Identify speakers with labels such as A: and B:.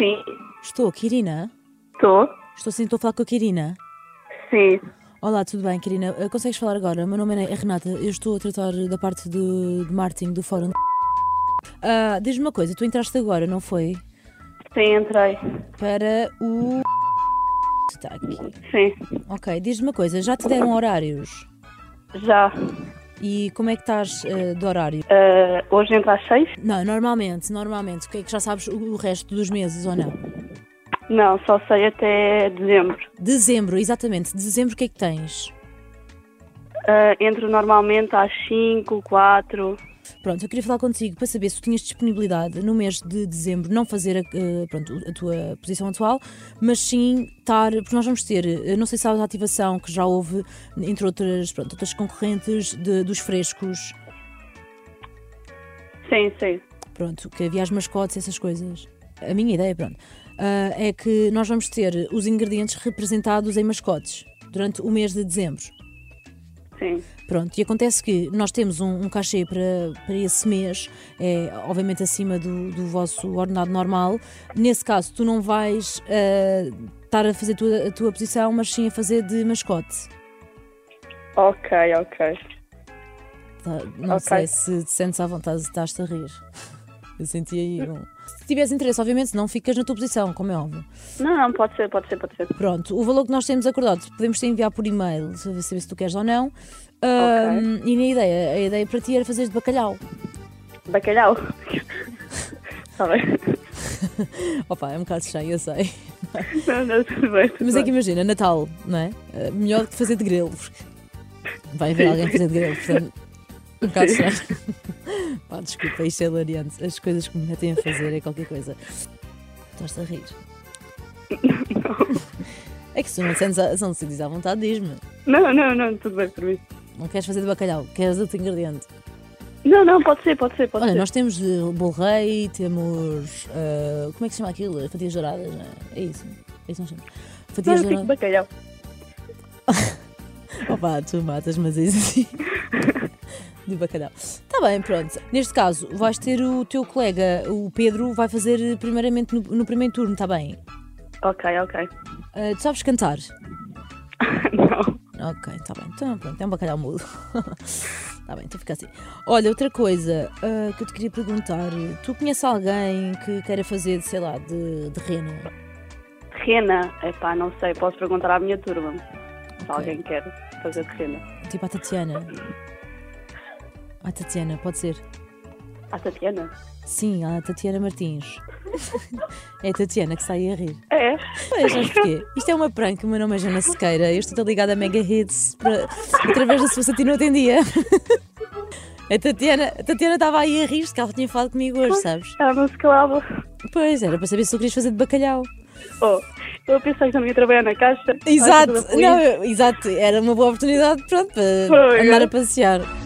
A: Sim,
B: Estou, Kirina?
A: estou.
B: Estou sim, estou a falar com a Kirina.
A: Sim.
B: Olá, tudo bem, Kirina? Eh, Consegues falar agora? O meu nome é Renata, eu estou a tratar da parte de, de marketing do fórum. Ah, Diz-me uma coisa, tu entraste agora, não foi?
A: Sim, entrei.
B: Para o. Está aqui.
A: Sim,
B: Ok, diz-me uma coisa, já te deram horários?
A: já.
B: E como é que estás eh, de horário?
A: Ah, hoje entra às seis?
B: Não, normalmente, normalmente. O que é que já sabes o o resto dos meses ou não?
A: Não, só sei até dezembro.
B: Dezembro, exatamente. Dezembro, o que é que tens?
A: Ah, entro normalmente às cinco, quatro.
B: Pronto, eu queria falar contigo para saber se tu tinhas disponibilidade no mês de dezembro não fazer a, eh, pronto, a tua posição atual, mas sim estar. Porque nós vamos ter, eh, não sei se sabes a ativação que já houve, entre outras, pronto, outras concorrentes de- dos frescos,
A: Sim, sim.
B: pronto, que havia as mascotes, essas coisas. A minha ideia, pronto, ah, é que nós vamos ter os ingredientes representados em mascotes durante o mês de dezembro.
A: Sim,
B: Pronto, e acontece que nós temos um, um cachê para, para esse mês, é, obviamente acima do, do vosso ordenado normal. Nesse caso, tu não vais ah, estar a fazer tua- a tua posição, mas sim a fazer de mascote.
A: ok, ok.
B: Tá, não
A: Ok.
B: sei se te sentes à vontade, se estás-te a rir. Eu senti aí um... Se tiveres interesse, obviamente, não ficas na tua posição, como é óbvio.
A: Não, não, pode ser, pode ser, pode ser.
B: Pronto, o valor que nós temos acordado podemos te enviar por e-mail, saber saber se tu queres ou não. Ahm, E na ideia, a ideia para ti era fazer de bacalhau.
A: Bacalhau. Está bem.
B: Opa, é um bocado estranho, eu sei.
A: Não, não, tudo bem. tudo
B: Mas é que
A: bem.
B: imagina, Natal, não é? Eh, Melhor que fazer de grelo, porque vai haver alguém a fazer de grelo, portanto. Um bocado estranho. Pá, desculpa, isto é hilariante. As coisas que me metem a fazer é qualquer coisa. Estás-te a rir. É que se tu não te sentes a- se não te diz à vontade, diz-me.
A: Não, não, não, tudo bem por mim.
B: Não queres fazer de bacalhau, queres outro ingrediente.
A: Não, não, pode ser, pode ser, pode
B: Olha,
A: ser.
B: nós temos de bolo rei, temos. eh, como é que se chama aquilo? Fatias douradas, não é? É isso. É isso que nós temos.
A: Não,
B: Fatias
A: eu fico
B: douradas.
A: bacalhau.
B: Opa, tu matas, mas é isso assim. De bacalhau. Está bem, pronto. Neste caso, vais ter o teu colega, o Pedro, vai fazer eh, primeiramente no, no primeiro turno, está bem?
A: Ok, ok.
B: Ah, tu sabes cantar?
A: Não.
B: Ok, está bem. Então, pronto, é um bacalhau mudo. Está bem, então fica assim. Olha, outra coisa ah, que eu te queria perguntar. Tu conheces alguém que queira fazer, sei lá, de, de rena?
A: Rena, epá, não sei, posso perguntar à minha turma se
B: Ok.
A: alguém quer fazer de rena.
B: Tipo a Tatiana? A Tatiana, pode ser?
A: A Tatiana?
B: Sim, a Tatiana Martins. É a Tatiana que sai a rir.
A: É,
B: Pois, sabes porquê? Isto é uma prank, o meu nome é Jana Sequeira, eu estou ligada a Mega Hits para... através da Suíça Tino Atendia. A Tatiana, a Tatiana estava aí a rir-se, que ela tinha falado comigo hoje, sabes?
A: ela não se calava.
B: Pois, era para saber se tu querias fazer de bacalhau.
A: Oh, eu pensei que não ia trabalhar na caixa.
B: Exato,
A: Estava toda feliz.
B: não, eu- exato, era uma boa oportunidade, pronto, para
A: Foi,
B: andar
A: é.
B: a passear.